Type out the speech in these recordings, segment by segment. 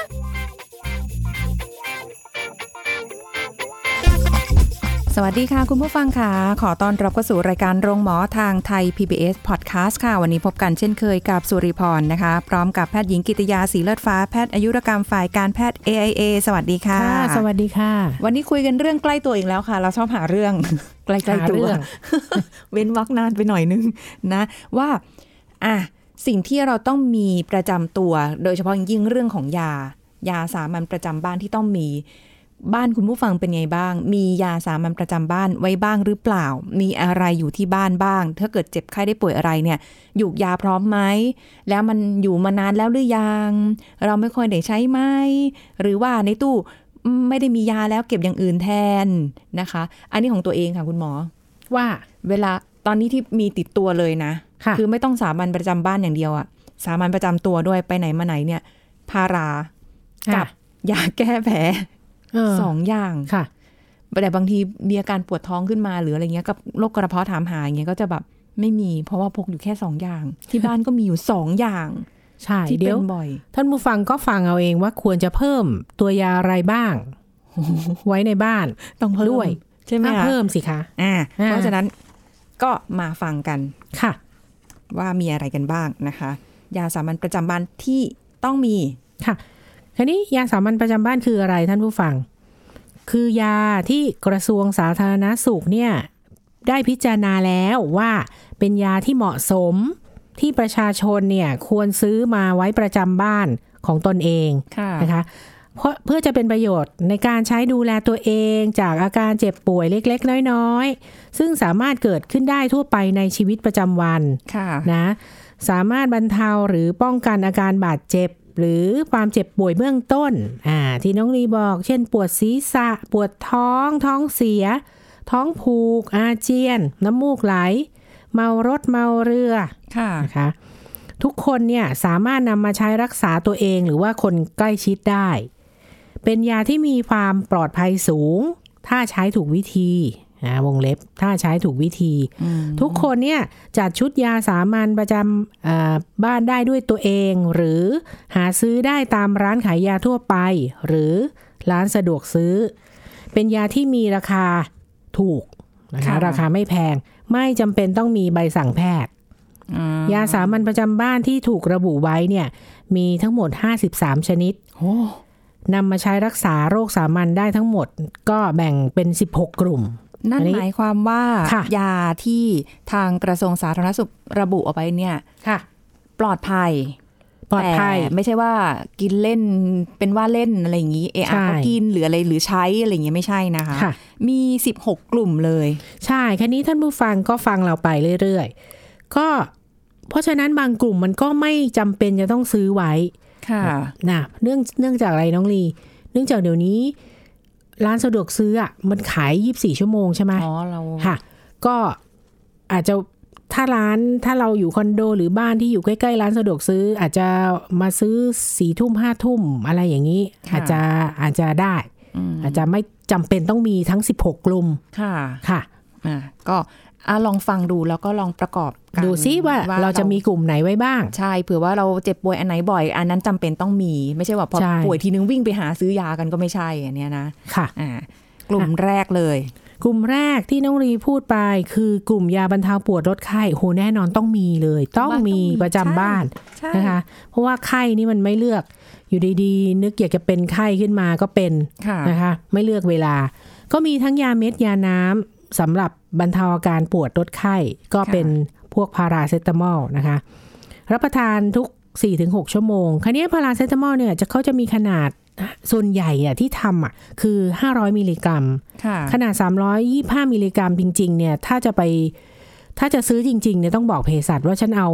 ล สวัสดีค่ะ คุณผู้ฟังค่ะ ขอต้อนรับเข้าสู่รายการโรงหมอทางไทย PBS Podcast ค่ะ วันนี้พบกันเช่นเคยกับสุริพรนะคะ พร้อมกับแพทย์หญิงกิติยาสีเลือดฟ้าแพทย์อายุรกรรมฝ่ายการแพทย์ AIA สวัสดีค่ะ ค่ะ สวัสดีค่ะ วันนี้คุยกันเรื่องใกล้ตัวอีกแล้วค่ะ เราชอบหาเรื่อง ใกล้ หา ๆ ตัว เรื่อง เว้นวักนานไปหน่อยนึงนะว่าอ่ะสิ่งที่เราต้องมีประจำตัว โดยเฉพาะอย่างยิ่งเรื่องของยา ยาสามัญประจำบ้านที่ต้องมี บ้านคุณผู้ฟังเป็นไงบ้าง มียาสามัญประจำบ้านไว้บ้างหรือเปล่า มีอะไรอยู่ที่บ้านบ้าง ถ้าเกิดเจ็บไข้ได้ป่วยอะไรเนี่ยหยูกยาพร้อมไหม แล้วมันอยู่มานานแล้วหรือยัง เราไม่ค่อยได้ใช้ไหม หรือว่าในตู้ไม่ได้มียาแล้วเก็บอย่างอื่นแทนนะคะ อันนี้ของตัวเองค่ะคุณหมอ ว่า เวลาตอนนี้ที่มีติดตัวเลยนะ ค่ะ คือไม่ต้องสามัญประจำบ้านอย่างเดียวอะสามัญประจำตัวด้วยไปไหนมาไหนเนี่ย พารากัค่ะบยาแก้แผล เ สองอย่าง ค่ะ แต่บางทีมีอาการปวดท้องขึ้นมาหรืออะไรเงี้ยกับโรคกระเพาะถามหาอย่างเงี้ยก็จะแบบไม่มีเพราะว่าพกอยู่แค่สองอย่าง ที่บ้านก็มีอยู่สองอย่าง ใช่ ที่ เดี๋ เป็ ยวน บ่อย ท่านผู้ฟังก็ฟังเอาเองว่าควรจะเพิ่มตัวยาอะไร บ้าง ไว้ในบ้าน ต้องเพิ่ม ด้วย ใช่ไหม อ่ะ คะ เพิ่มสิคะ อ่า อ่า เพราะฉะนั้นก็มาฟังกัน ค่ะ ว่ามีอะไรกันบ้างนะคะ ยาสามัญประจำบ้านที่ต้องมี ค่ะทีนี้ยาสามัญประจำบ้านคืออะไรท่านผู้ฟัง คือยาที่กระทรวงสาธารณสุขเนี่ยได้พิจารณาแล้วว่าเป็นยาที่เหมาะสมที่ประชาชนเนี่ยควรซื้อมาไว้ประจำบ้านของตนเอง ค่ะ นะคะเพราะเพื่อจะเป็นประโยชน์ในการใช้ดูแลตัวเองจากอาการเจ็บป่วยเล็ก ๆ น้อยๆ ซึ่งสามารถเกิดขึ้นได้ทั่วไปในชีวิตประจำวัน ค่ะ นะสามารถบรรเทาหรือป้องกันอาการบาดเจ็บ หรือความเจ็บป่วยเบื้องต้นอ่าที่น้องลีบอก เช่น ปวดศีรษะ ปวดท้อง ท้องเสีย ท้องผูก อาเจียน น้ำมูกไหล เมารถเมาเรือ ค่ะ นะคะทุกคนเนี่ยสามารถนำมาใช้รักษาตัวเองหรือว่าคนใกล้ชิดได้ เป็นยาที่มีความปลอดภัยสูง ถ้าใช้ถูกวิธีนะวงเล็บถ้าใช้ถูกวิธี ทุกคนเนี่ยจัดชุดยาสามัญประจำเอ่อบ้านได้ด้วยตัวเอง หรือหาซื้อได้ตามร้านขายยาทั่วไป หรือร้านสะดวกซื้อ เป็นยาที่มีราคาถูกนะคะ ค่ะ ราคาไม่แพง ไม่จำเป็นต้องมีใบสั่งแพทย์ ยาสามัญประจำบ้านที่ถูกระบุไว้เนี่ยมีทั้งหมด 53 ชนิด โอ้ นำมาใช้รักษาโรคสามัญได้ทั้งหมด ก็แบ่งเป็น 16 กลุ่ม นั่น อันนี้ หมายความว่า ค่ะ ยาที่ทางกระทรวงสาธารณสุขระบุเอาไว้เนี่ย ค่ะ ปลอดภัย ปลอดภัย แต่ไม่ใช่ว่ากินเล่นเป็นว่าเล่นอะไรอย่างนี้เอะ ใช่ อะก็กินหรืออะไรหรือใช้อะไรอย่างเงี้ยไม่ใช่นะคะ ค่ะ มี 16 กลุ่มเลย ใช่แค่นี้ท่านผู้ฟังก็ฟังเราไปเรื่อยๆ ก็เพราะฉะนั้นบางกลุ่มมันก็ไม่จำเป็นจะต้องซื้อไว้ ค่ะ นะเนื่องเนื่องจากอะไรน้องลี เนื่องจากเดี๋ยวนี้ร้านสะดวกซื้ออะมันขาย 24 ชั่วโมงใช่ไหม อ๋อเรา ค่ะก็อาจจะถ้าร้านถ้าเราอยู่คอนโดหรือบ้านที่อยู่ใกล้ๆร้านสะดวกซื้อ อาจจะมาซื้อสี่ทุ่มห้าทุ่มอะไรอย่างนี้ ค่ะ อาจจะอาจจะได้ อืม อาจจะไม่จำเป็นต้องมีทั้ง 16 กลุ่ม ค่ะ ค่ะ อ่ะก็อ่ะลองฟังดูแล้วก็ลองประกอบกัน ดูซิว่าเราจะมีกลุ่มไหนไว้บ้าง ใช่เผื่อว่าเราเจ็บป่วยอันไหนบ่อย อันนั้นจำเป็นต้องมีไม่ใช่ว่าพอ ใช่ ป่วยทีนึงวิ่งไปหาซื้อยากันก็ไม่ใช่อันเนี้ยนะ ค่ะ อ่ะกลุ่มแรกเลย กลุ่มแรกที่น้องรีพูดไปคือกลุ่มยาบรรเทาปวดลดไข้โหแน่นอนต้องมีเลย ต้อง ว่าต้องมี มีประจำ ใช่ บ้าน ใช่ นะคะเพราะว่าไข้นี่มันไม่เลือกอยู่ดีๆ นึกอยากจะเป็นไข้ขึ้นมาก็เป็น ค่ะ นะคะ ไม่เลือกเวลา ก็มีทั้งยาเม็ดยาน้ำสำหรับบรรเทาอาการปวดลดไข้ก็เป็นพวกพาราเซตามอลนะคะ รับประทานทุก 4-6 ชั่วโมงคันนี้พาราเซตามอลเนี่ยจะเขาจะมีขนาดส่วนใหญ่อะที่ทำอะคือ 500 มิลลิกรัม ค่ะ ขนาด 325 มิลลิกรัมจริง ๆ เนี่ย ถ้าจะไป ถ้าจะซื้อจริง ๆ เนี่ย ต้องบอกเภสัชว่าฉันเอา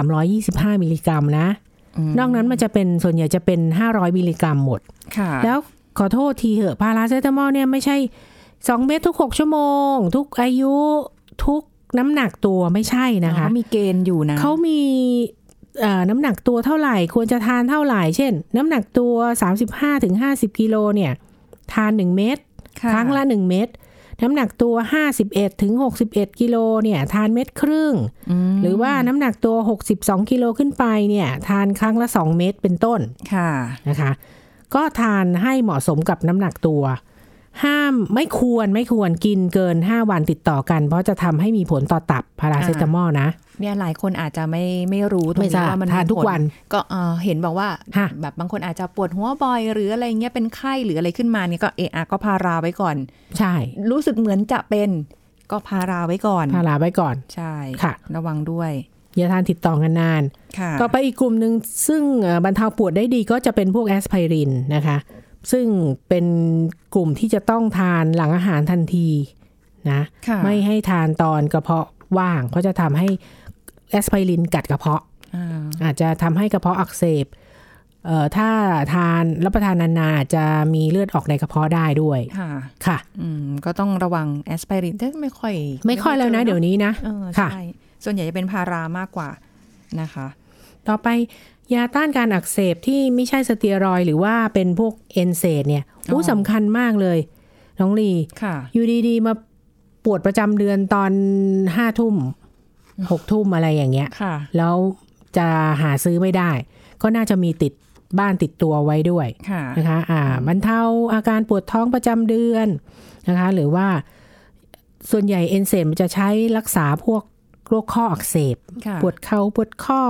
325 มิลลิกรัมนะ ม นอกนั้นมันจะเป็น ส่วนใหญ่จะเป็น 500 มิลลิกรัมหมด ค่ะ แล้ว ขอโทษทีเหอะพาราเซตามอลเนี่ยไม่ใช่ 2 เม็ดทุก 6 ชั่วโมง ทุกอายุทุกน้ำหนักตัวไม่ใช่นะคะ เขามีเกณฑ์อยู่นะ เขามีเอ่อน้ำหนักตัวเท่าไหร่ ควรจะทานเท่าไหร่ เช่น น้ำหนักตัว 35ถึง50 กิโลเนี่ย ทาน 1 เม็ด ค่ะ ครั้งละ 1 เม็ดน้ำหนักตัว 51ถึง61 กิโลเนี่ย ทานเม็ดครึ่ง ม หรือว่าน้ำหนักตัว 62 กิโลขึ้นไปเนี่ย ทานครั้งละ 2 เม็ดเป็นต้น ค่ะ นะคะ ก็ทานให้เหมาะสมกับน้ำหนักตัว ห้ามไม่ควรไม่ควรกินเกิน 5 วันติดต่อกัน เพราะจะทำให้มีผลต่อตับพาราเซตามอลนะ เนี่ยหลายคนอาจจะไม่ไม่รู้ตรง ไม่ท นี้ ราบ ว่ามัน ทาน มี ทุก ผล วัน ก็เอ่อเห็นบอกว่า ฮะ แบบบางคนอาจจะปวดหัวบ่อย หรืออะไรเงี้ยเป็นไข้หรืออะไรขึ้นมาเนี่ยก็เอะอะก็พาราไว้ก่อน ใช่ รู้สึกเหมือนจะเป็นก็พาราไว้ก่อน พาราไว้ก่อน ใช่ ค่ะ ระวังด้วย อย่าทานติดต่อกันนาน ค่ะ ต่อไปอีกกลุ่มหนึ่งซึ่งเอ่อบรรเทาปวดได้ดีก็จะเป็นพวกแอสไพรินนะคะ ซึ่งเป็นกลุ่มที่จะต้องทานหลังอาหารทันทีนะ ค่ะ ไม่ให้ทานตอนกระเพาะว่าง เพราะจะทำให้แอสไพรินกัดกระเพาะ อ่า อาจจะทำให้กระเพาะอักเสบเอ่อถ้าทานรับประทานนานๆอาจจะมีเลือดออกในกระเพาะได้ด้วย ค่ะ ค่ะ อืมก็ต้องระวังแอสไพรินแต่ไม่ค่อย ไม่ค่อยแล้วนะ จ เดี๋ยวนี้นะ เออ ค่ะ ใช่ส่วนใหญ่จะเป็นพารามากกว่านะคะ ต่อไปยาต้านการอักเสบที่ไม่ใช่สเตียรอยด์หรือว่าเป็นพวกเอนเซดเนี่ย อ๋ อู้ อ สำคัญมากเลย น้องลี ค่ะ อยู่ดีๆ มาปวดประจำเดือนตอนห้าทุ่มหกทุ่มอะไรอย่างเงี้ย ค่ะ แล้วจะหาซื้อไม่ได้ ก็น่าจะมีติดบ้านติดตัวไว้ด้วย ค่ะ นะคะอ่าบรรเทาอาการปวดท้องประจำเดือนนะคะ หรือว่าส่วนใหญ่เอนเซดมันจะใช้รักษาพวกโรคข้ออักเสบ ค่ะ ปวดเขา่าปวดข้อ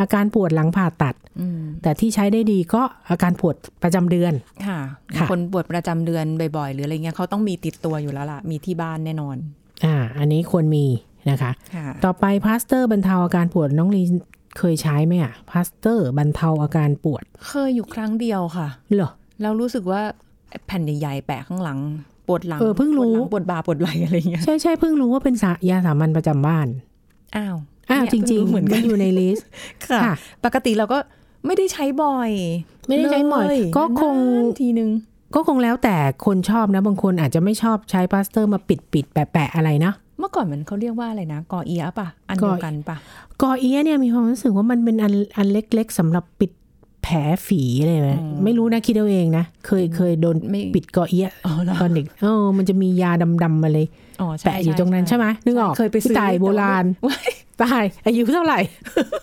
อาการปวดหลังผ่าตัด อืม แต่ที่ใช้ได้ดีก็อาการปวดประจำเดือน ค่ะ ค่ะ คนปวดประจำเดือนบ่อยๆ หรืออะไรเงี้ยเขาต้องมีติดตัวอยู่แล้วล่ะ มีที่บ้านแน่นอน อ่า อันนี้ควรมีนะคะ ค่ะ ต่อไปพลาสเตอร์บรรเทาอาการปวดน้องลีเคยใช้ไหมอ่ะพลาสเตอร์บรรเทาอาการปวด เคยอยู่ครั้งเดียวค่ะ เหรอ เรารู้สึกว่าแผ่นใหญ่ๆแปะข้างหลัง ปวดหลัง เออเพิ่งรู้ ปวดหลังปวดบ่าปวดไหล่อะไรเงี้ย ใช่ใช่เพิ่งรู้ว่าเป็นสะยาสามัญประจำบ้าน อ้าว อ้าว เนี่ย จริง พิ่ ๆ เหมือนกัน อยู่ในลิ สต์ ค่ะ ค่ะ ปกติเราก็ไม่ได้ใช้บ่อย ไม่ได้ใช้หมอย เล ก็คง นานๆทีนึง ก็คงแล้วแต่คนชอบนะ บางคนอาจจะไม่ชอบใช้พลาสเตอร์มาปิดปิดๆแปะแปะๆอะไรนะ เมื่อก่อนมันเขาเรียกว่าอะไรนะกอเอียะป่ะ อันเดียวกันป่ะ กอเอียะเนี่ยมีความรู้สึกว่ามันเป็นอันอันเล็กๆสำหรับปิดแผลฝีอะไรไหม อ๋อ ไม่รู้นะคิดเอาเองนะ เคยเคยโดน ไม่ ปิดกอเอียะ อ๋อเหรอ ตอนเด็กเออมันจะมียาดำๆมาเลย อ๋อใช่ แปะอยู่ตรงนั้นใช่ไหมนึกออก เคยไปซื้อ ตายโบราณ แต่ว่า ตายอายุเท่าไหร่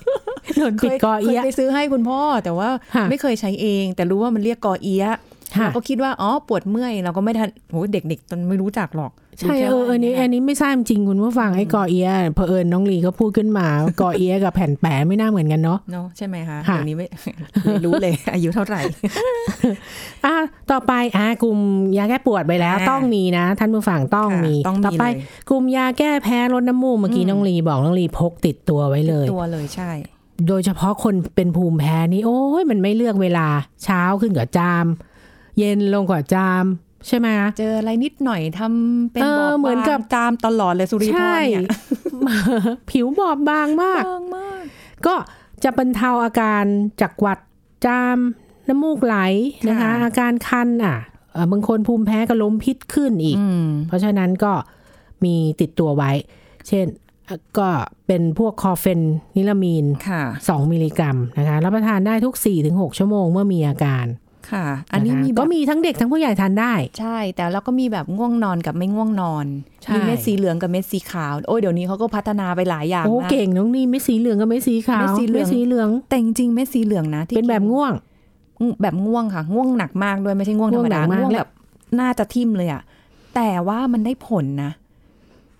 โดน เค ปิด ย กอเอียะ เคยไปซื้อให้คุณพ่อ แต่ว่า ฮะ ไม่เคยใช้เอง แต่รู้ว่ามันเรียกกอเอียะ ฮะ เราก็คิดว่าอ๋อปวดเมื่อยเราก็ไม่ทันโหเด็กๆตอนไม่รู้จักหรอก ใช่ รู้แค่ เออ ว่า อันนี้ เย อันนี้ไม่ทราบจริงคุณว่าฟังไอ้กอเอียะเผอิญน้องลีก็พูดขึ้นมา กอเอียะกับแผ่นแปะไม่น่าเหมือนกันเนาะ เนาะใช่ไหมคะ ฮะ เดี๋ยวนี้ไม่ ไม่รู้เลย อายุเท่าไหร่ อ่ะต่อไปอ่ะกลุ่มยาแก้ปวดไปแล้ว อ่ะ ต้องมีนะ ท่านผู้ฟังต้อง ค่ะ มี ต้องมี ต่อไป เลย กลุ่มยาแก้แพ้ลดน้ำมูกเมื่อกี้ อืม น้องลีบอกน้องลีพกติดตัวไว้เลย ตัวเลยใช่ โดยเฉพาะคนเป็นภูมิแพ้นี่โอ้ยมันไม่เลือกเวลาเช้าขึ้นกว่าจาม เย็นลงกว่าจาม ใช่ไหมคะ เจออะไรนิดหน่อยทำเป็น เอออบบาบง เหมือนกับ ตามตลอดเลยสุริพร ใช่ เนี่ย ผิวบอบบางมาก บางมาก ก็จะบรรเทาอาการจากหวัดจามน้ำมูกไหลนะคะ ค่ะ อาการคันอ่ะเอ่อบางคนภูมิแพ้ก็ล้มพิษขึ้นอีก อืม เพราะฉะนั้นก็มีติดตัวไว้ เช่นเอ่อก็เป็นพวกคอเฟนนิลามีน ค่ะ 2 มิลลิกรัมนะคะ รับประทานได้ทุก 4-6 ชั่วโมงเมื่อมีอาการ ค่ะ อันนี้ ะคะ มีแบบ ก็มีทั้งเด็กทั้งผู้ใหญ่ทานได้ ใช่ แต่เราก็มีแบบง่วงนอนกับไม่ง่วงนอน ใช่ มีเม็ดสีเหลืองกับเม็ดสีขาว โอ้ยเดี๋ยวนี้เขาก็พัฒนาไปหลายอย่าง โอ้ มาก เก่งน้องนี่ไม่สีเหลืองก็ไม่สีขาว ไม่สีเหลือง ไม่สีเหลือง แต่จริงๆเม็ดสีเหลืองนะที่ เป็นแบบง่วง กินแบบง่วงค่ะ ง่วงหนักมากด้วยไม่ใช่ง่วงธรรมดา ง่วงหนักมาก ง่วงแบบน่าจะทิ่มเลยอะแต่ว่ามันได้ผลนะ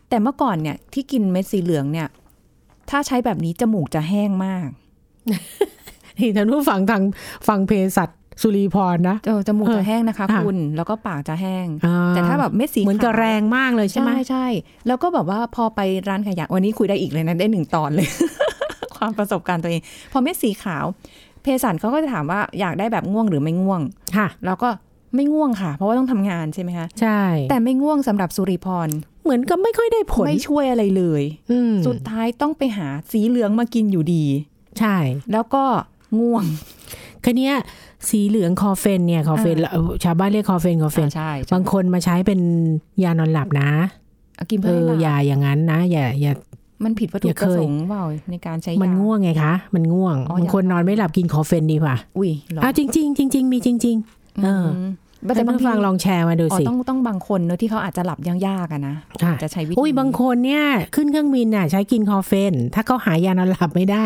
แต่เมื่อก่อนเนี่ยที่กินเม็ดสีเหลืองเนี่ย ถ้าใช้แบบนี้จมูกจะแห้งมาก ที่ท่านผู้ฟังทางฟังเพสัตสุรีพรนะ เออจมูกจะแห้งนะคะ เออค่ะ คุณ แล้วก็ปากจะแห้ง อ่ แต่ถ้าแบบเม็ดสี เหมือนกับ ขาว แรงมากเลยใช่ไหม ใช่แล้วก็แบบว่าพอไปร้านขายยะวันนี้คุยได้อีกเลยนะ ได้หนึ่งตอนเลย ความประสบการณ์ตัวเอง พอเม็ดสีขาวเภสัชเขาก็จะถามว่าอยากได้แบบง่วงหรือไม่ง่วง ค่ะ แล้วก็ไม่ง่วงค่ะ เพราะว่าต้องทำงานใช่ไหมคะ ใช่ แต่ไม่ง่วงสำหรับสุริพร เหมือนกับไม่ค่อยได้ผล ไม่ช่วยอะไรเลย อืม สุดท้ายต้องไปหาสีเหลืองมากินอยู่ดี ใช่ แล้วก็ง่วง คันนี้ย สีเหลืองคอเฟนเนี่ยคอเฟนเอ่อชาวบ้านเรียกคอเฟนคอเฟน อ่าใช่ บางคนมาใช้เป็นยานอนหลับนะ เอากิน เอ เพื่อ อ ให้ห อ ลับ ย่าอย่างนั้นนะอย่าอย่า มันผิดวัตถุ อย่า ป เคย ระสงค์เปล่าในการใช้ยา มั มั นง่วงไงคะ มันง่วง อ๋อบ างคน ยาน น อ อนน ไม่หลับกินคอเฟนดีกว่า อุ้ยเหรอ อ้าวจริงๆจริงๆมีจริง ๆ เออ ม แต่ แต่ บา บาง งที ฟังลองแชร์มาดู อ๋อ สิ ต้องต้องบางคนเนอะที่เขาอาจจะหลับยากๆอะนะ ค่ะ จะใช้วิธี อุ้ยบางคนเนี่ยขึ้นเครื่องบินน่ะใช้กินคอเฟน ถ้าเขาหายานอนหลับไม่ได้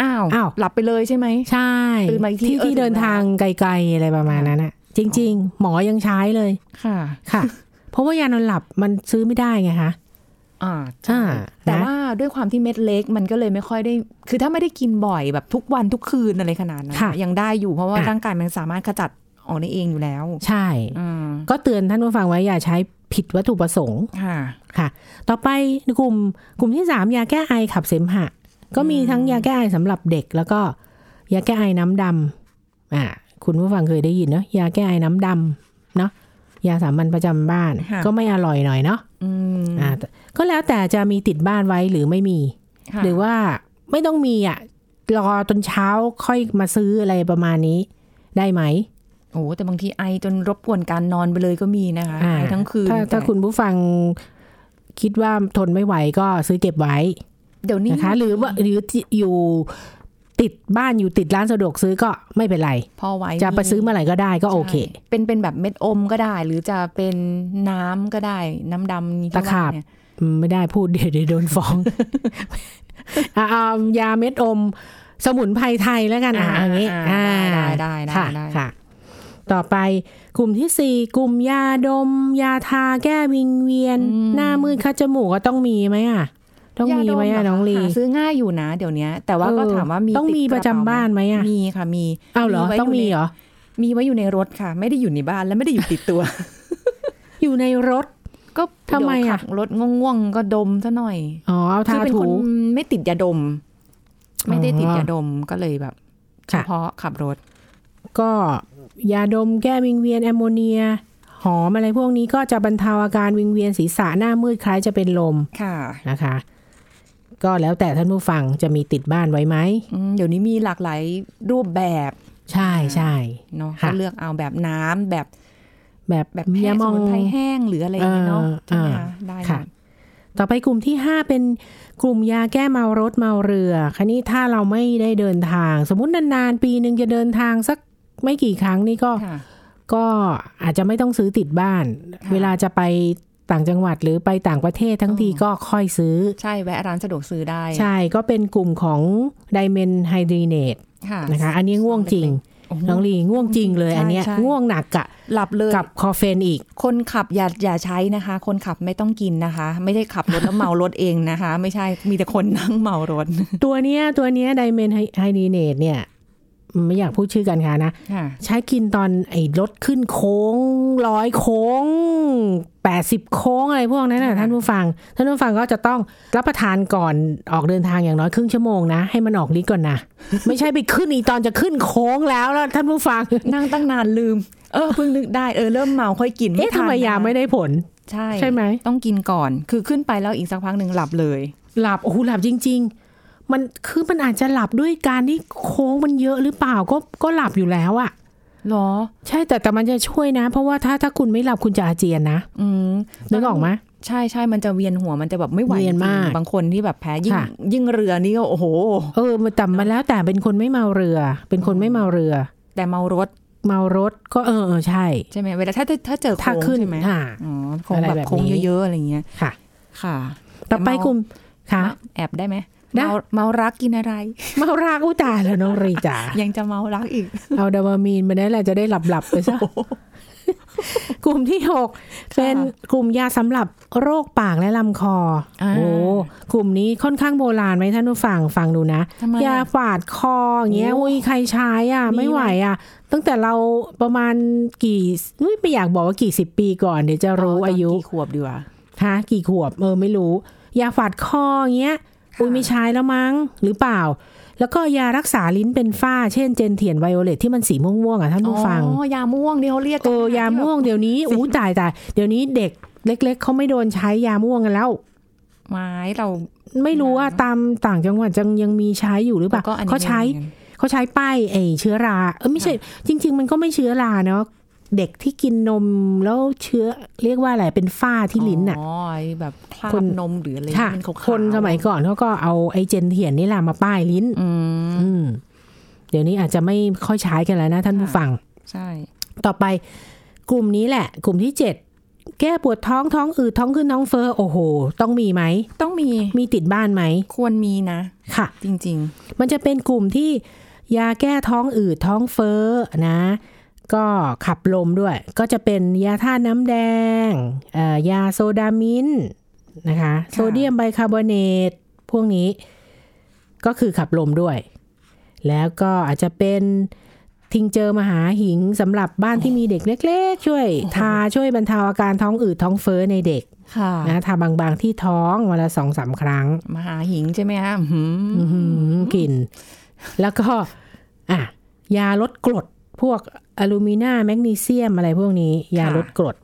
อ้าว อ้าว หลับไปเลยใช่ไหม ใช่ ตื่นมาอีกที ที่ เออ ที่ ถึง เดิน แล้ว ทางไกลๆอะไรประมาณนั้นน่ะจริง ๆ หมอยังใช้เลย ค่ะ ค่ะ เพราะว่ายานอนหลับมันซื้อไม่ได้ไงคะ อ่า อ่า แต่ นะ ว่าด้วยความที่เม็ดเล็กมันก็เลยไม่ค่อยได้ คือถ้าไม่ได้กินบ่อยแบบทุกวันทุกคืนอะไรขนาดนั้น ค่ะ ยังได้อยู่เพราะว่า อ่ะ ร่างกายมันสามารถขจัดออกได้เองอยู่แล้ว ใช่ อืม ก็เตือนท่านผู้ฟังไว้อย่าใช้ผิดวัตถุประสงค์ ค่ะ ต่อไปกลุ่มกลุ่มที่สามยาแก้ไอขับเสมหะ ก็มีทั้งยาแก้ไอสำหรับเด็ก แล้วก็ยาแก้ไอน้ำดำอ่าคุณผู้ฟังเคยได้ยินเนาะยาแก้ไอน้ำดำเนาะยาสามัญประจำบ้าน ค่ะ ก็ไม่อร่อยหน่อยเนาะ อืม อ่าแต่ก็แล้วแต่จะมีติดบ้านไว้หรือไม่มี ค่ะ หรือว่าไม่ต้องมีอ่ะรอจนเช้าค่อยมาซื้ออะไรประมาณนี้ ได้ไหม โอ้แต่บางทีไอจนรบกวนการนอนไปเลยก็มีนะคะ อ่า ไอทั้งคืน ถ้า แต่ ถ้าคุณผู้ฟังคิดว่าทนไม่ไหวก็ซื้อเก็บไว้ เดี๋ยวนี้ นะคะหรือว่าหรือที่อยู่ติดบ้านอยู่ติดร้านสะดวกซื้อก็ไม่เป็นไร พอไว้ จะไปซื้อ มี เมื่อไหร่ก็ได้ก็โอเค ใช่เป็นเป็นแบบเม็ดอมก็ได้ หรือจะเป็นน้ำก็ได้ น้ำดำนี่ที่ ตะขาบ ว่เนี่ย อืมไม่ได้พูด เดี๋ยวเดี๋ยวโดนฟ้อง อ่ะเอายาเม็ดอม สมุนไพรไทยแล้วกันอ่ะ า อย่างนี้อ่า ได้ได้ได้ ค่ะ ได้ ค่ะ ต่อไปกลุ่มที่สี่กลุ่มยาดม ยาทาแก้วิงเวียน หน้ามืดคัดจมูกก็ต้องมีไหมอ่ะ ต้องมีไหม ยาด อ่ะ เหร น้องลี หาซื้อง่ายอยู่นะเดี๋ยวนี้แต่ว่าก็ถามว่ามี ต้อง ด มี ก ประจำ เไหม บ้านไหมอ่ะ มีค่ะมี เอ้าเหรอ มีไว้ ต้อองยู่ มี ใน เหรอ มีไว้อยู่ในรถค่ะ ไม่ได้อยู่ในบ้านและไม่ได้อยู่ติดตัว อยู่ในรถ ก็ ทำไมอะ เดี๋ยวขับรถง่วงๆก็ดมซะหน่อย อ๋อเอาคืทาอเป็น ถู คนไม่ติดยาดม ไม่ได้ติดยาดมก็เลยแบบเฉ ค่ะ พาะขับรถ ก็ยาดมแก้วิงเวียนแอมโมเนีย หอมอะไรพวกนี้ก็จะบรรเทาอาการวิงเวียนศีรษะหน้ามืดคล้ายจะเป็นลม ค่ะ นะคะ ก็แล้วแต่ท่านผู้ฟังจะมีติดบ้านไว้ไหม อืมเดี๋ยวนี้มีหลากหลายรูปแบบ ใช่ใช่ เนาะ ค่ะ ก็เลือกเอาแบบน้ำแบบ แบบ แบบแห้ ยางม ส อง มุนไพรแห้งหรืออะไรอย่างเงี้ยเนาะ เออ ใช่ไหมคะเออ ได้ ค่ะ หมด ต่อไปกลุ่มที่ 5 เป็นกลุ่มยาแก้เมารถเมาเรือคันนี้ถ้าเราไม่ได้เดินทาง สมมตินานๆ ปีหนึ่งจะเดินทางสักไม่กี่ครั้งนี่ก็ ค่ะ ก็อาจจะไม่ต้องซื้อติดบ้าน ค่ะ เวลาจะไปต่างจังหวัดหรือไปต่างประเทศทั้ง อ๋อ ทีก็ค่อยซื้อ ใช่แวะร้านสะดวกซื้อได้ ใช่ก็เป็นกลุ่มของไดเมนไฮดร n เนต ค่ะ นะคะ อันนี้ง่วงจริง โอ้โห น้องลีง่วงจริงเลย ใช่ อันเนี้ย ใช่ ง่วงหนักกะ หลับเลย กับคอเฟนอีก คนขับอย่าอย่าใช้นะคะ คนขับไม่ต้องกินนะคะ ไม่ได้ขับรถแล้วเมารถเองนะคะ ไม่ใช่มีแต่คนนั่งเมารถ ตัวเนี้ยตัวเนี้ยไดเมนไฮดร n เนตเนี่ยอืมไม่อยากพูดชื่อกันค่ะนะ ค่ะ ใช้กินตอนไอ้รถขึ้นโค้งร้อยโค้ง 80 โค้งอะไรพวกนั้นนะท่านผู้ฟัง ท่านผู้ฟังก็จะต้องรับประทานก่อนออกเดินทางอย่างน้อยครึ่งชั่วโมงนะ ให้มันออกฤทธิ์ก่อนนะ ไม่ใช่ไปขึ้นอีตอนจะขึ้นโค้งแล้วแล้วท่านผู้ฟัง นั่งตั้งนานลืม เออเพิ่งนึก ได้เออเริ่มเมาค่อยกิน เอ๊ะ น ทำไมยาไม่ได้ผล ใช่ ใช่ไหม ต้องกินก่อน คือขึ้นไปแล้วอีกสักพักหนึ่งหลับเลย หลับโอ้โหหลับจริง ๆ มันคือมันอาจจะหลับด้วยการที่โค้งมันเยอะหรือเปล่าก็ก็หลับอยู่แล้วอะ หรอ ใช่แต่แต่มันจะช่วยนะ เพราะว่าถ้าถ้าคุณไม่หลับคุณจะอาเจียนนะ อืม นึกออกไหม ใช่ใช่มันจะเวียนหัวมันจะแบบไม่ไหว เวียนมาจกริงๆบางคนที่แบบแพ้ยิ่ง ค่ะ ยิ่งเรือนี่ก็โอ้โห เออมันแต่มันแล้วแต่เป็นคนไม่เมาเรือ เป็นคนไม่เมาเรือ แต่เมารถ เมารถก็เออเออใช่ ใช่ไหมเวลาถ้าถ้าถ้าเจอ ถ้า โค้ง ขึ้น ใช่ไหม อ่า อ๋อโค้ง อะไร แบบ แบบ โค้ง นี้ เยอะๆอะไรอย่างเงี้ย ค่ะ ค่ะ ต่อไปกลุ่มค่ะ เมาแอบได้ไหม ได้ เมาเมารักกินอะไร เมารากอุยตายแล้วน้องรีจ๋า ยังจะเมารักอีก เอาดามามีนมาได้แหละจะได้หลับหลับๆไปซะกลุ่มที่หกเป็นกลุ่มยาสำหรับโรคปากและลำคออา โอ้กลุ่มนี้ค่อนข้างโบราณไหมท่านผู้ฟังฟังดูนะ ทำไม ยา อะ ฝาดคออย่างเงี้ย โอ้ อุ้ยใครใช้อ่ะ มี ไม่ไหวอ่ะ ตั้งแต่เราประมาณกี่อุ๊ยไม่อยากบอกว่ากี่สิบปีก่อนเดี๋ยวจะ า รู้ ตน อายุ กี่ขวบดีวะ ฮะกี่ขวบเออไม่รู้ ยาฝาดคออย่างเงี้ย ค่ะ อุ้ยไม่ใช้แล้วมั้งหรือเปล่า แล้วก็ยารักษาลิ้นเป็นฝ้า เช่นเจนเทียนไวโอเลตที่มันสีม่วงๆอ่ะท่านผู้ฟัง อ๋อยาม่วงที่เขาเรียก เออยาม่วงเดี๋ยว นี้อู้ตายตายเดี๋ยวนี้เด็กเล็ก ๆเขาไม่โดนใช้ยาม่วงกันแล้ว ไม้เรา ไม่รู้ว่าตามต่างจังหวัดจังยังมีใช้อยู่หรือเปล่า ก็อันนี้ เขาใช้ เหมือนกัน เขาใช้ป้ายไอเชื้อราเออไม่ใช่ จริง ๆ มันก็ไม่เชื้อราเนาะเด็กที่กินนมแล้วเชื้อเรียกว่าอะไรเป็นฝ้าที่ลิ้น อ่ะ อ่ะ อ๋อไอ้แบบครา คน บนมหรืออะไร ค่ะ ที่มันขาวๆ คนสมัยก่อนเขาก็เอาไอเจนเทียนนี่แหละมาป้ายลิ้น อืม อืมเดี๋ยวนี้อาจจะไม่ค่อยใช้กันแล้วนะท่านผู้ ค่ะ ฟัง ใช่ ต่อไปกลุ่มนี้แหละ กลุ่มที่ 7 แก้ปวดท้องท้องอืดท้องขึ้นท้องเฟ้อโอ้โห ต้องมีไหม ต้องมี มีติดบ้านไหม ควรมีนะ ค่ะ จริง มันจะเป็นกลุ่มที่ยาแก้ท้องอืดท้องเฟ้อนะ ก็ขับลมด้วย ก็จะเป็นยาท่าตุน้ำแดงเอ่อยาโซดามินนะคะ โซเดียมไบคาร์บอเนตพวกนี้ก็คือขับลมด้วย แล้วก็อาจจะเป็นทิงเจอมหาหิงสำหรับบ้านที่มีเด็กเล็ก ๆ ช่วย โอ้โห ทาช่วยบรรเทาอาการท้องอืดท้องเฟ้อในเด็ก ๆ ค่ะ นะทาบางๆที่ท้องวันละสองสามครั้ง มหาหิงใช่ไหมฮะอื้อหือ อื้อหือกลิ่นแล้วก็อ่ะยาลดกรด พวกอลูมิเนียมแมกนีเซียมอะไรพวกนี้ ยาลดกรด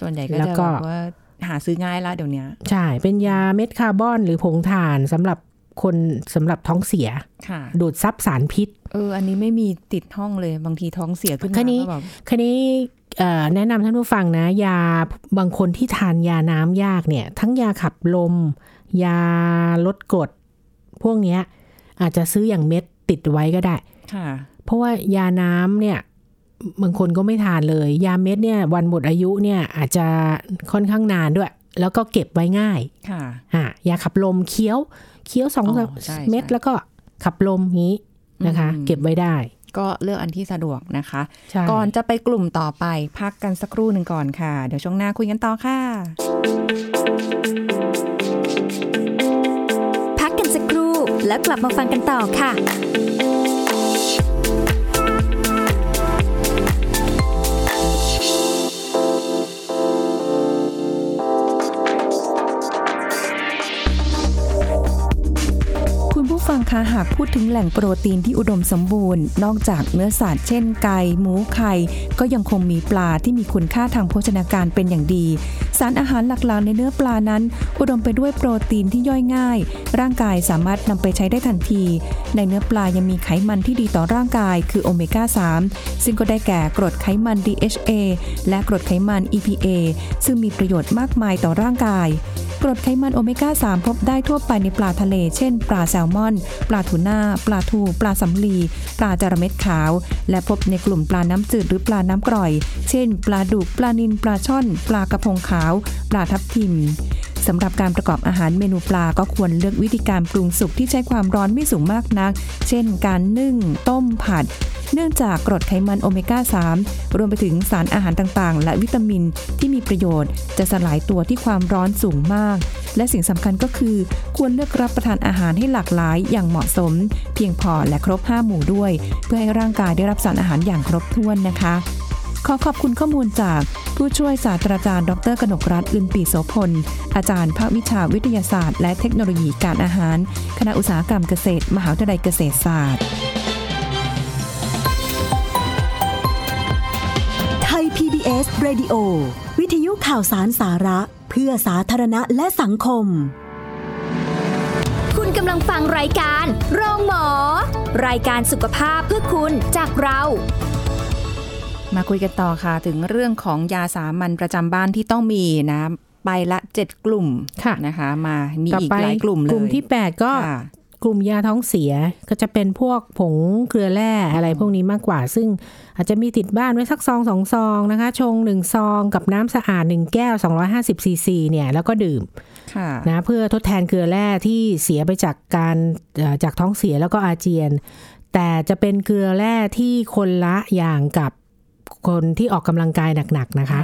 ส่วนใหญ่ก็ แล้ จะ วก็ แบบว่าหาซื้อง่ายละเดี๋ยวนี้ ใช่เป็นยาเม็ดคาร์บอนหรือผงถ่านสำหรับคนสำหรับท้องเสีย ค่ะ ดูดซับสารพิษ เออ อันนี้ไม่มีติดห้องเลยบางทีท้องเสียขึ้นมา แค่นี้ ก็แบบ คันนี้เอ่อแนะนำท่านผู้ฟังนะ ยาบางคนที่ทานยาน้ำยากเนี่ย ทั้งยาขับลม ยาลดกรด พวกเนี้ยอาจจะซื้ออย่างเม็ดติดไว้ก็ได้ ค่ะ เพราะว่ายาน้ำเนี่ยบางคนก็ไม่ทานเลย ยาเม็ดเนี่ยวันหมดอายุเนี่ยอาจจะค่อนข้างนานด้วย แล้วก็เก็บไว้ง่าย ค่ะ อ่ะยาขับลมเคี้ยวเคี้ยวสอง อ๋อใช่ เม็ด ใช่ แล้วก็ขับลมนี้นะคะ อืม เก็บไว้ได้ ก็เลือกอันที่สะดวกนะคะ ใช่ ก่อนจะไปกลุ่มต่อไปพักกันสักครู่หนึ่งก่อนค่ะ เดี๋ยวช่วงหน้าคุยกันต่อค่ะ พักกันสักครู่แล้วกลับมาฟังกันต่อค่ะ คุณผู้ฟังคะหากพูดถึงแหล่งโปรตีนที่อุดมสมบูรณ์ นอกจากเนื้อสัตว์เช่นไก่หมูไข่ก็ยังคงมีปลาที่มีคุณค่าทางโภชนาการเป็นอย่างดี สารอาหารหลักๆในเนื้อปลานั้น อุดมไปด้วยโปรตีนที่ย่อยง่าย ร่างกายสามารถนำไปใช้ได้ทันที ในเนื้อปลายังมีไขมันที่ดีต่อร่างกายคือโอเมก้า 3 ซึ่งก็ได้แก่กรดไขมัน DHA และกรดไขมัน EPA ซึ่งมีประโยชน์มากมายต่อร่างกาย กรดไขมันโอเมก้า 3 พบได้ทั่วไปในปลาทะเล เช่น ปลาแซลมอน ปลาทูน่า ปลาทู ปลาสำลี ปลาจาระเม็ดขาว และพบในกลุ่มปลาน้ำจืดหรือปลาน้ำกร่อย เช่น ปลาดุก ปลานิล ปลาช่อน ปลากระพงขาว ปลาทับทิม สำหรับการประกอบอาหารเมนูปลาก็ควรเลือกวิธีการปรุงสุกที่ใช้ความร้อนไม่สูงมากนัก เช่น การนึ่ง ต้ม ผัด เนื่องจากกรดไขมันโอเมก้า 3 รวมไปถึงสารอาหารต่างๆ และวิตามินที่มีประโยชน์ จะสลายตัวที่ความร้อนสูงมาก และสิ่งสำคัญก็คือ ควรเลือกรับประทานอาหารให้หลากหลายอย่างเหมาะสม เพียงพอและครบ 5 หมู่ด้วย เพื่อให้ร่างกายได้รับสารอาหารอย่างครบถ้วนนะคะ ขอขอบคุณข้อมูลจากผู้ช่วยศาสตราจารย์ ดรกนกรัตน์อึนปีโสพล อาจารย์ภาควิชาวิทยาศาสตร์ และเทคโนโลยีการอาหาร คณะอุตสาหกรรมเกษตร มหาวิทยาลัยเกษตรศาสตร์ ไทย PBS Radio วิทยุข่าวสารสาระ เพื่อสาธารณะและสังคม คุณกำลังฟังรายการ โรงหมอ รายการสุขภาพเพื่อคุณจากเรา มาคุยกันต่อค่ะ ถึงเรื่องของยาสามัญประจำบ้านที่ต้องมีนะ ไปละเจ็ดกลุ่ม ค่ะ นะคะ มามี ต่อ อีก ไป หลายกลุ่มเลย กลุ่มที่ 8 ก็ ค่ะ กลุ่มยาท้องเสียก็จะเป็นพวกผงเกลือแร่อะไรพวกนี้มากกว่า ซึ่งอาจจะมีติดบ้านไว้สักซองสองซองนะคะ ชงหนึ่งซองกับน้ำสะอาดหนึ่งแก้ว250ซีซีเนี่ยแล้วก็ดื่ม ค่ะ นะเพื่อทดแทนเกลือแร่ที่เสียไปจากการเอ่อจากท้องเสียแล้วก็อาเจียน แต่จะเป็นเกลือแร่ที่คนละอย่างกับคนที่ออกกำลังกายหนักๆนะคะ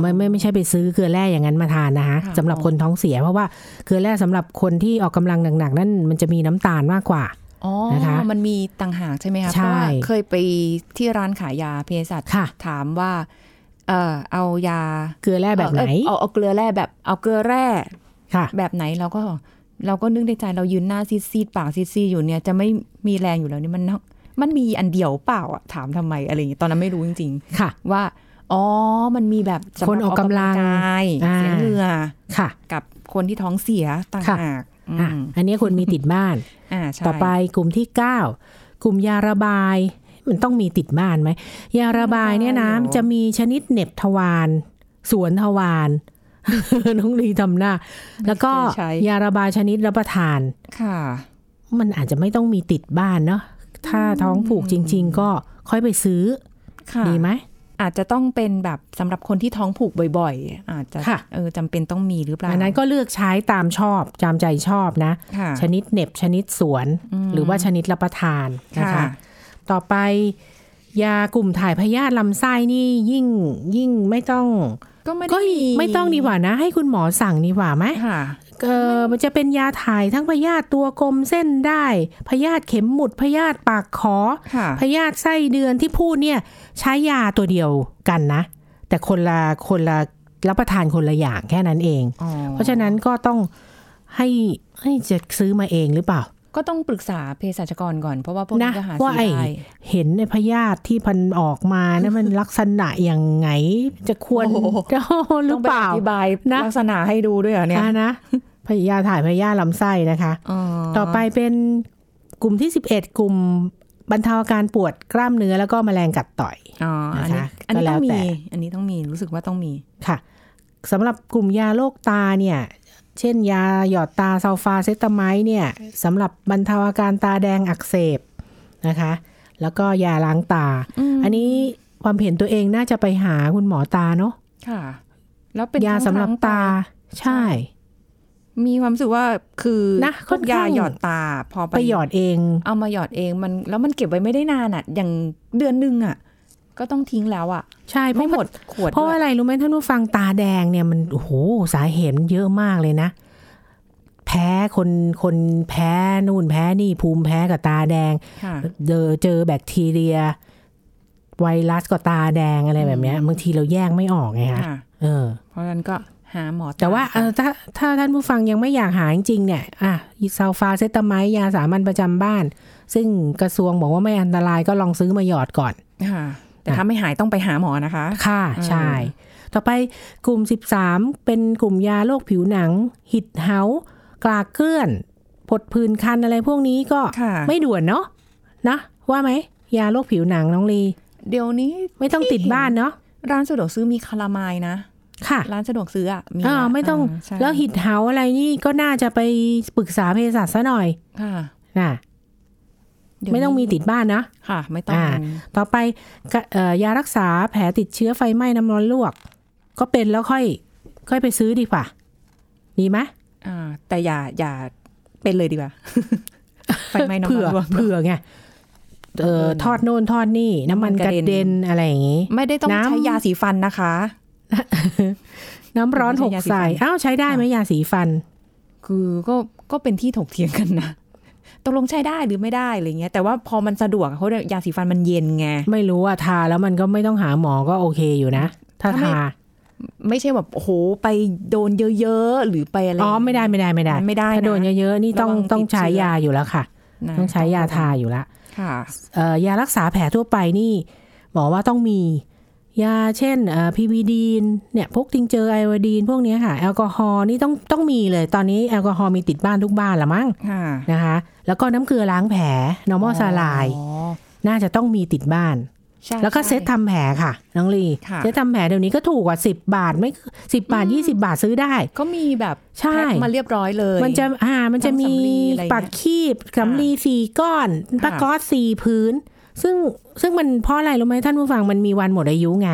ไม่ไม่ไม่ใช่ไปซื้อเกลือแร่อย่างนั้นมาทานนะคะ ค่ะ สำหรับคนท้องเสีย เพราะว่าเกลือแร่สำหรับคนที่ออกกำลังหนักๆนั่นมันจะมีน้ำตาลมากกว่า อ๋อ นะคะ มันมีต่างหากใช่ไหมคะเพใช่ราะว่าเคยไปที่ร้านขายยาเภสัช ค่ะ ถามว่า เออเอายา เกลือแร่แบบไหน เอ่อเอาเอาเกลือแร่แบบเอาเกลือแร่ ค่ะ แบบไหนเราก็เราก็นึกในใจเรายืนหน้าซีดๆปากซีดๆอยู่เนี่ยจะไม่มีแรงอยู่แล้วนี่มันมันมีอันเดียวเปล่าอะถามทำไมอะไรอย่างงี้ตอนนั้นไม่รู้จริง ค่ะ ๆ ว่า อ๋อมันมีแบบสำหรับ คนออกกำลัง ออกกำกาย อ่า เสียเหงื่อ ค่ะ กับคนที่ท้องเสียต่าง ค่ะ หาก อ่ะ อืม อันนี้คนมีติดบ้าน อ่าใช่ ต่อไปกลุ่มที่ 9 ก ลุ่มยาระบาย มันต้องมีติดบ้านไหม ยาระบายเนี่ยนะ ยาระบายเหรอ จะมีชนิดเหน็บทวารสวนทวาร น้องลีทำหน้า แล้วก็ ใช้ ยาระบายชนิดรับประทาน ค่ะ มันอาจจะไม่ต้องมีติดบ้านเนาะถ้าท้องผูกจริง ๆ ก็ค่อยไปซื้อ ค่ะ ดีไหม อาจจะต้องเป็นแบบสำหรับคนที่ท้องผูกบ่อยๆ อาจจะ ค่ะ เออจำเป็นต้องมีหรือเปล่า อันนั้นก็เลือกใช้ตามชอบตามใจชอบนะ ค่ะ ชนิดเหน็บชนิดสวน หรือว่าชนิดรับประทานนะคะ ค่ะ ต่อไป ยากลุ่มถ่ายพยาธิลำไส้นี่ยิ่งยิ่งไม่ต้อง ก็ไม่ ก็ ได้มี ไม่ต้องดีกว่านะ ให้คุณหมอสั่งดีกว่าไหม ค่ะ เออมันจะเป็นยาถ่ายทั้งพยาธิตัวกลมเส้นได้พยาธิเข็มหมุดพยาธิปากขอ ค่ะ พยาธิไส้เดือนที่พูดเนี่ย ใช้ยาตัวเดียวกันนะ แต่คนละคนละรับประทานคนละอย่างแค่นั้นเอง อ๋อ เพราะฉะนั้นก็ต้องให้ให้จะซื้อมาเองหรือเปล่า ก็ต้องปรึกษาเภสัชกรก่อน เพราะว่าพวกนี้ นะ ก็หา ว่า ซื้อ ไอ้ ได้ เห็นในพยาธิที่พันออกมา นะมัน ลักษณะยังไงจะควร โอ้โห จะหรื ต้อ อง ไป เปล่า อธิบาย นะ ลักษณะให้ดูด้วยเหรอเนี่ย อ่านะพยาธิถ่ายพยาธิลำไส้นะคะ อ๋อ ต่อไปเป็นกลุ่มที่ 11 กลุ่มบรรเทาอาการปวดกล้ามเนื้อแล้วก็แมลงกัดต่อย อ๋ออันนี้ นะคะ อันนี้ ก็แล้ ต้อ ว ง แต่ มีอันนี้ต้องมีรู้สึกว่าต้องมี ค่ะสำหรับกลุ่มยาโรคตาเนี่ย เช่นยาหยอดตาซัลฟาเซตาไมด์เนี่ยสำหรับบรรเทาอาการตาแดงอักเสบนะคะ แล้วก็ยาล้างตา อันนี้ความเห็นตัวเองน่าจะไปหาคุณหมอตาเนาะ ค่ะ แล้วเป็น ยาสำหรับ คงๆ ตา ใช่ มีความรู้สึกว่าคือ นะ พวก ค่อนข้าย าง หยอดตาพอไป ไปหยอดเอง เอามาหยอดเองมันแล้วมันเก็บไว้ไม่ได้นานอ่ะ อย่างเดือนหนึงอ่ะ ก็ต้องทิ้งแล้วอ่ะ ใช่เพ ไม่ ราะ หมดขวด เพราะ ด้วย อะไรรู้ไหมท่านผู้ฟังตาแดงเนี่ยมันโอ้โหสาเหตุมันเยอะมากเลยนะ แพ้คนคนแพ้นู่นแพ้นี่ภูมิแพ้กับตาแดง ค่ะ เจอเจอแบคทีเรีย ไวรัสก็ตาแดงอะไรแบบเนี้ยบางทีเราแยกไม่ออกไงคะ ค่ะ เออ เพราะฉะนั้นก็หาหมอ แต่ว่าเออถ้าถ้าท่านผู้ฟังยังไม่อยากหาจริงๆเนี่ยอ่ะซัลฟาเซตามายยาสามัญประจำบ้าน ซึ่งกระทรวงบอกว่าไม่อันตรายก็ลองซื้อมาหยอดก่อน ค่ะแต่ถ้าไม่หายต้องไปหาหมอนะคะ ค่ะ ใช่ ต่อไปกลุ่ม 13 เป็นกลุ่มยาโรคผิวหนัง หิดเหากลากเกลื่อนผดผื่นคันอะไรพวกนี้ก็ ค่ะ ไม่ด่วนเนาะนะว่าไหมยาโรคผิวหนังน้องลี เดี๋ยวนี้ ไม่ต้องติดบ้านเนาะ ร้านสะดวกซื้อมีคารามายนะ ค่ะ ร้านสะดวกซื้ออ่ะมี อ่า นะ ไม่ต้อง าใช่ แล้วหิดเหาอะไรนี่ก็น่าจะไปปรึกษาเภสัชซะหน่อย ค่ะ นะ เดี๋ยว ไม่ต้องมี นี้ ติดบ้านนะ ค่ะ ไม่ต้อง อ่า ต่อไปกะเอ่อยารักษาแผลติดเชื้อไฟไหม้น้ำร้อนลวก ก็เป็นแล้วค่อย ค่อยไปซื้อดีกว่า ดีไหม อ่า แต่อย่าอย่าเป็นเลย ดีกว่าไฟไหม้น้ำ เผื่อ มันรวม เผื่อไงเออ เออ ทอดโน่นทอดนี่ น้ำมัน มัน ก ก ระ ระเด็น เด็นอะไรอย่างงี้ ไม่ได้ต้อง น้ำ ใช้ยาสีฟันนะคะ น้ำร้อน ไม่ใช่ หก ยาสี ใส่ ฟัน อ้าวใช้ได้ไหมยาสีฟัน คือก็ก็เป็นที่ถกเถียงกันนะ ตกลงใช้ได้หรือไม่ได้อะไรเงี้ย แต่ว่าพอมันสะดวกเขาเรียกยาสีฟันมันเย็นไง ไม่รู้ว่าทาแล้วมันก็ไม่ต้องหาหมอก็โอเคอยู่นะ ถ้า ถ้าไม่ ทา ไม่ใช่แบบโอ้โหไปโดนเยอะๆหรือไปอะไร อ๋อไม่ได้ไม่ได้ไม่ได้ ไม่ได้ ถ้าโดน นะ เยอะๆนี่ต้อง ระวังติด ต้องใช้ เชื้อ ยาอยู่แล้วค่ะ นะ ต้องใช้ยาทาอยู่ละ ค่ะ เอ่อยารักษาแผลทั่วไปนี่หมอว่าต้องมี ยาเช่นเอ่อพีวีดีนเนี่ยพวกติงเจอไอวดีนพวกเนี้ยค่ะ แอลกอฮอล์นี่ต้องต้องมีเลย ตอนนี้แอลกอฮอล์มีติดบ้านทุกบ้านละมั้ง ค่ะ นะคะ แล้วก็น้ำเกลือล้างแผลนอร์มอลซาลาย อ๋อ น่าจะต้องมีติดบ้าน ใช่ แล้วก็ ใช่ เซ็ตทำแผลค่ะน้องลี ค่ะ เซ็ตทำแผลเดี๋ยวนี้ก็ถูกกว่าสิบบาทไม่สิบบาทยี่สิบบาทซื้อได้ ก็มีแบบ ใช่ แพ็คมาเรียบร้อยเลย มันจะอ่ามันจะมี น้ำสำลีอะไรเงี้ย ปักคีบสำลีสี่ก้อน ค่ะ ปากก๊อซสี่พื้น ซึ่งซึ่งมันเพราะอะไรรู้ไหมท่านผู้ฟังมันมีวันหมดอายุไง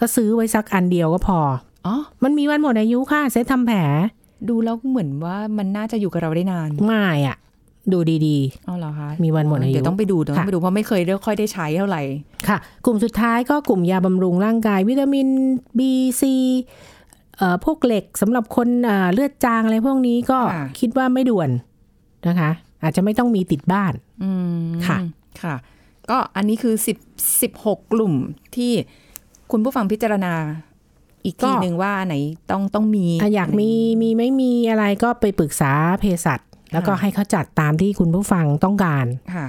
ก็ซื้อไว้สักอันเดียวก็พอ อ๋อ มันมีวันหมดอายุค่ะเซ็ตทำแผล ดูแล้วเหมือนว่ามันน่าจะอยู่กับเราได้นาน ไม่อ่ะ ดูดี เอาเหรอคะ มีวันหมดอายุ เดี๋ยวต้องไปดูเดี๋ยวต้อ ค่ะ งไปดูเพราะไม่เคยได้ค่อยได้ใช้เท่าไหร่ ๆ ค่ะ กลุ่มสุดท้ายก็กลุ่มยาบำรุงร่างกาย วิตามิน B C เอ่อพวกเหล็กสำหรับคนเอ่อเลือดจางอะไรพวกนี้ก็คิดว่าไม่ด่วนนะคะ อาจจะไม่ต้องมีติดบ้าน อืม ค่ะ ค่ะ ก็อันนี้คือสิบสิบหกกลุ่มที่คุณผู้ฟังพิจารณา อีกทีหนึ่งว่าไหนต้องต้องมี อ่ะอยากมีมีไม่มีอะไรก็ไปปรึกษาเภสัชแล้วก็ ค่ะ ให้เขาจัดตามที่คุณผู้ฟังต้องการ ค่ะ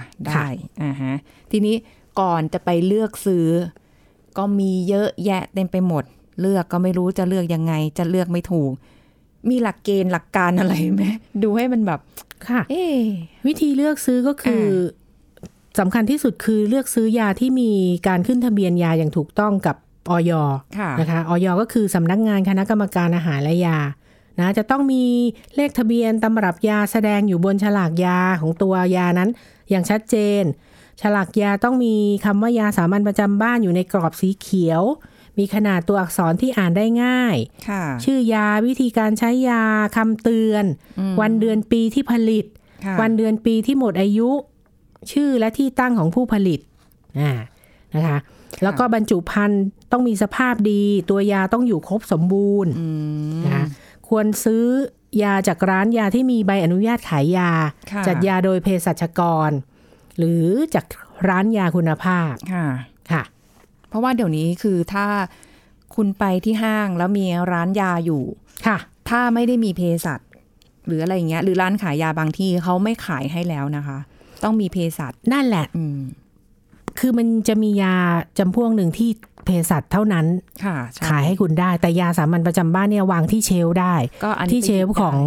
ได้ค่ะอ่าฮะทีนี้ก่อนจะไปเลือกซื้อ ก็มีเยอะแยะเต็มไปหมด เลือกก็ไม่รู้จะเลือกยังไง จะเลือกไม่ถูก มีหลักเกณฑ์หลักการ อะไรไหมดูให้มันแบบ ค่ะ เอ๊ะ วิธีเลือกซื้อก็คืออ สำคัญที่สุดคือเลือกซื้อยาที่มีการขึ้นทะเบียนยาอย่างถูกต้องกับออย ค่ะ นะคะออยก็คือสำนักงานคณะกรรมการอาหารและยานะจะต้องมีเลขทะเบียนตำรับยาแสดงอยู่บนฉลากยาของตัวยานั้น อย่างชัดเจน ฉลากยาต้องมีคำว่ายาสามัญประจำบ้านอยู่ในกรอบสีเขียว มีขนาดตัวอักษรที่อ่านได้ง่าย ค่ะ ชื่อยาวิธีการใช้ยาคำเตือน วันเดือนปีที่ผลิต ค่ะ วันเดือนปีที่หมดอายุ ชื่อและที่ตั้งของผู้ผลิตอ่านะคะ แล้วก็บรรจุภัณฑ์ต้องมีสภาพดี ตัวยาต้องอยู่ครบสมบูรณ์นะคะควรซื้อยาจากร้านยาที่มีใบอนุญาตขายยา ค่ะ จัดยาโดยเภสัชกร หรือจากร้านยาคุณภาพ ค่ะ ค่ะ เพราะว่าเดี๋ยวนี้คือถ้าคุณไปที่ห้างแล้วมีร้านยาอยู่ ค่ะ ถ้าไม่ได้มีเภสัชหรืออะไรอย่างเงี้ย หรือร้านขายยาบางที่เขาไม่ขายให้แล้วนะคะ ต้องมีเภสัช นั่นแหละ อืม คือมันจะมียาจำพวกหนึ่งที่เภสัชเท่านั้น ค่ะใช่ ขายให้คุณได้ แต่ยาสามัญประจำบ้านเนี่ยวางที่เชลฟ์ได้ ก็อันนี้ ที่เชลฟ์ของ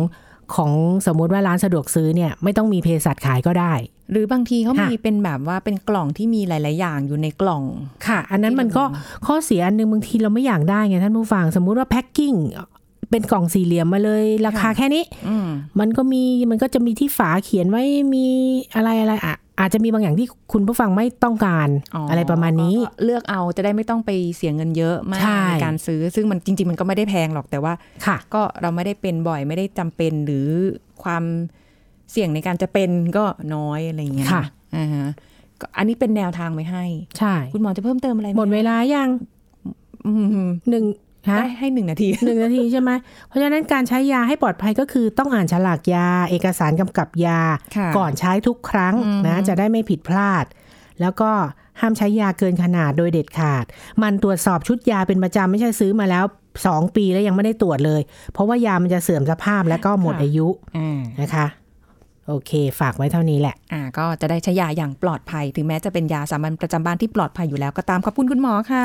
ของสมมุติว่าร้านสะดวกซื้อเนี่ยไม่ต้องมีเภสัชขายก็ได้ หรือบางทีเขา ค่ะ มีเป็นแบบว่าเป็นกล่องที่มีหลาย ๆ อย่างอยู่ในกล่อง ค่ะ อันนั้นมันก็ข้อเสียอันหนึงบางทีเราไม่อยากได้ไงท่านผู้ฟังสมมุติว่าแพ็คกิ้งเป็นกล่องสี่เหลี่ยมมาเลยราคา ค่ะ แค่นี้ อืม มันก็มีมันก็จะมีที่ฝาเขียนไว้มีอะไรอะไรอ่ะอาจจะมีบางอย่างที่คุณผู้ฟังไม่ต้องการอะไรประมาณนี้ ก็เลือกเอาจะได้ไม่ต้องไปเสียเงินเยอะมาก ใช่ ในการซื้อ ซึ่งมันจริง ๆ มันก็ไม่ได้แพงหรอกแต่ว่า ค่ะ ก็เราไม่ได้เป็นบ่อยไม่ได้จำเป็นหรือความเสี่ยงในการจะเป็นก็น้อยอะไรอย่างเงี้ยน ค่ะ อ่าฮะก็อันนี้เป็นแนวทางไว้ให้ ใช่ คุณหมอจะเพิ่มเติมอะไรไห ห ม มดเวลายัง อืม หนึ่งฮะ ได้ให้หนึ่งนาที หนึ่งนาทีใช่ไหม เพราะฉะนั้นการใช้ยาให้ปลอดภัยก็คือต้องอ่านฉลากยา เอกสารกำกับยา ค่ะ ก่อนใช้ทุกครั้งนะจะได้ไม่ผิดพลาด แล้วก็ห้ามใช้ยาเกินขนาดโดยเด็ดขาด มันตรวจสอบชุดยาเป็นประจำไม่ใช่ซื้อมาแล้ว 2 ปีแล้วยังไม่ได้ตรวจเลย เพราะว่ายามันจะเสื่อมสภาพแล้วก็หมด ค่ะ อายุ อ่า นะคะ โอเค ฝากไว้เท่านี้แหละ อ่าก็จะได้ใช้ยาอย่างปลอดภัย ถึงแม้จะเป็นยาสามัญประจำบ้านที่ปลอดภัยอยู่แล้วก็ตามขอบคุณคุณหมอค่ะ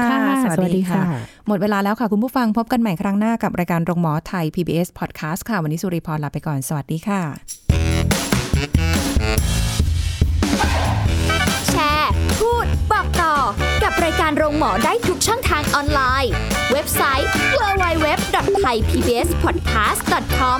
หมดเวลาแล้วค่ะคุณผู้ฟังพบกันใหม่ครั้งหน้ากับรายการโรงหมอไทย PBS Podcast ค่ะวันนี้สุริพรลาไปก่อนสวัสดีค่ะ แชร์ พูด บอกต่อ กับรายการโรงหมอได้ทุกช่องทางออนไลน์ เว็บไซต์ www.thaipbspodcast.com